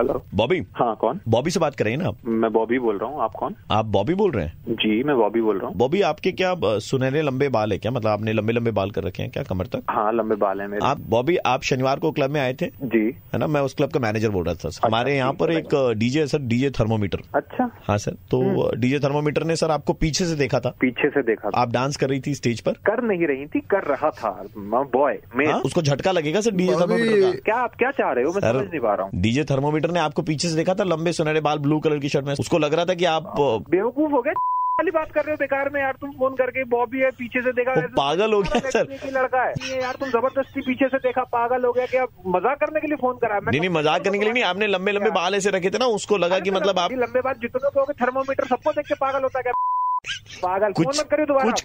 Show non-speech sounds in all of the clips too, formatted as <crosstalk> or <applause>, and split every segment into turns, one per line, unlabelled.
बॉबी
हाँ कौन
बॉबी से बात कर रहे हैं ना आप
मैं बॉबी बोल रहा हूँ आप कौन
आप बॉबी बोल रहे हैं
जी मैं बॉबी बोल रहा हूँ
बॉबी आपके क्या अ, सुनहरे लंबे बाल है क्या मतलब आपने लंबे लंबे बाल कर रखे हैं क्या कमर तक
हाँ लंबे बाल हैं मेरे
आप बॉबी आप शनिवार को क्लब में आए थे
जी
है ना मैं उस क्लब का मैनेजर बोल रहा था सर हमारे यहाँ पर एक डीजे है सर डीजे थर्मोमीटर
अच्छा
हाँ सर तो डीजे थर्मोमीटर ने सर आपको पीछे से देखा था
पीछे से देखा था
आप डांस कर रही थी स्टेज पर
कर नहीं रही थी कर रहा था बॉय मैं
हाँ? उसको झटका लगेगा सर डीजे
बॉबी-
थर्मोमीटर का
क्या आप क्या चाह रहे हो मैं समझ नहीं पा रहा
सर
हूँ
डीजे थर्मोमीटर ने आपको पीछे से देखा था लंबे सुनहरे बाल ब्लू कलर की शर्ट में उसको लग रहा था कि आप अ, वो
बेवकूफ हो गए वाली बात कर रहे हो बेकार में यार तुम फोन करके बॉबी है पीछे से देखा ऐसे- तो
पागल हो गया सर
देखने के लड़का है ये यार तुम जबरदस्ती पीछे से देखा पागल हो गया क्या मजाक करने के लिए फोन करा है। मैं
नहीं नहीं मजाक करने के लिए नहीं आपने लंबे लंबे बाल ऐसे रखे थे ना उसको लगा कि
अरे
मतलब
मैं
आप
लंबी लंबे बात जितने कहोगे थर्मोमीटर सबको देख के पागल होता है क्या पागल
कुछ-
फोन मत करियो दोबारा
कुछ-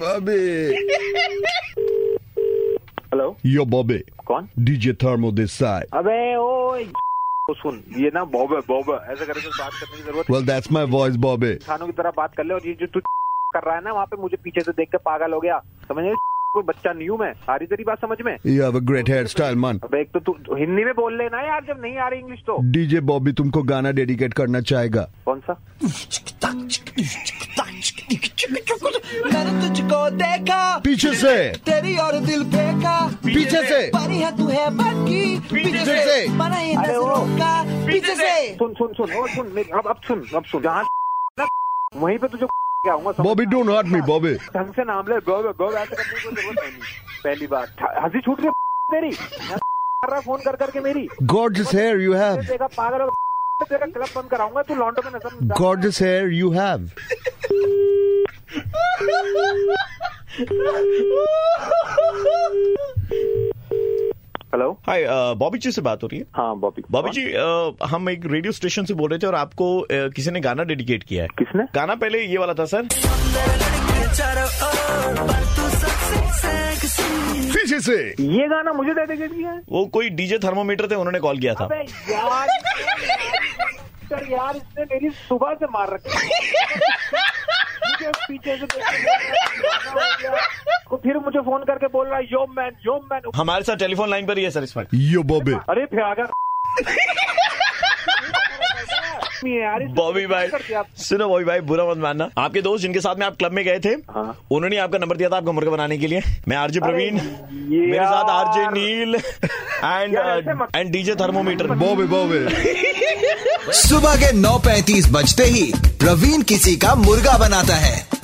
Bobby.
Hello
Yo, Bobby.
कौन
DJ Thermo this side.
अबे ओ तो सुन ये ना बॉब बॉब ऐसे करके बात करने की जरूरत
Well, that's my voice, Bobby.
खानों की तरह बात कर ले और ये जो तू कर रहा है ना वहाँ पे मुझे पीछे से देख के पागल हो गया समझ रहे हो? कोई बच्चा नहीं हूँ मैं आ रही तेरी बात समझ में
You have a great hairstyle, man.
अब एक तो तू हिंदी में बोल लेना यार जब नहीं आ रही इंग्लिश तो
डीजे बॉबी तुमको गाना डेडिकेट करना चाहेगा
कौन सा
मैंने तुझको देखा
पीछे से
तेरी और दिल फेंका
पीछे से
पारी है तू है बाकी पीछे से मना ही
अरे वो।
नजरों का पीछे से
सुन सुन सुन और सुन मेरी- अब अब सुन अब सुन जहाँ ना, वहीं पे तुझे के आऊंगा समझ-
Bobby don't hurt me Bobby
ढंग से नाम ले गो गो ऐसे करने की कोई जरूरत नहीं पहली बार हंसी छूट रही है तेरी यहाँ कर रहा फोन कर करके मेरी
गॉर्जियस हेयर यू हैव
देखा पागल हो <laughs> गया। तेरा क्लब बंद कराऊंगा तू लॉन्डो में नजर मत डाल।
Gorgeous hair you have
hello
hi uh, Bobby uh, ji से बात हो रही है
हाँ बॉबी
बॉबी जी
हाँ।
अ, हम एक रेडियो स्टेशन से बोल रहे थे और आपको अ, किसी ने गाना डेडिकेट किया है
किसने
गाना पहले ये वाला था सर
पीछे से
ये गाना मुझे डेडिकेट किया है
वो कोई डीजे थर्मोमीटर थे उन्होंने कॉल किया था
अबे यार सर यार इसने मेरी सुबह से मार रखी है। मुझे पीछे से देख के बोल रहा है, गाना हो गया। को फिर मुझे फोन करके बोल रहा है यो मैन यो मैन
हमारे साथ टेलीफोन लाइन पर ही है सर इस वक्त
यो बॉबी
अरे फिर आ गया तो नहीं यार इसने
बॉबी भाई
कर दिया।
सुनो बॉबी भाई बुरा मत मानना आपके दोस्त जिनके साथ में आप क्लब में गए थे
हाँ।
उन्होंने आपका नंबर दिया था आपको मुर्गा बनाने के लिए मैं आरजे प्रवीण
ये
मेरे साथ
यार।
आरजे नील
<laughs>
uh, एंड
यार, ऐसे मत-
and DJ thermometer
Bobby Bobby
सुबह के 9:35 बजते ही प्रवीण किसी का मुर्गा बनाता है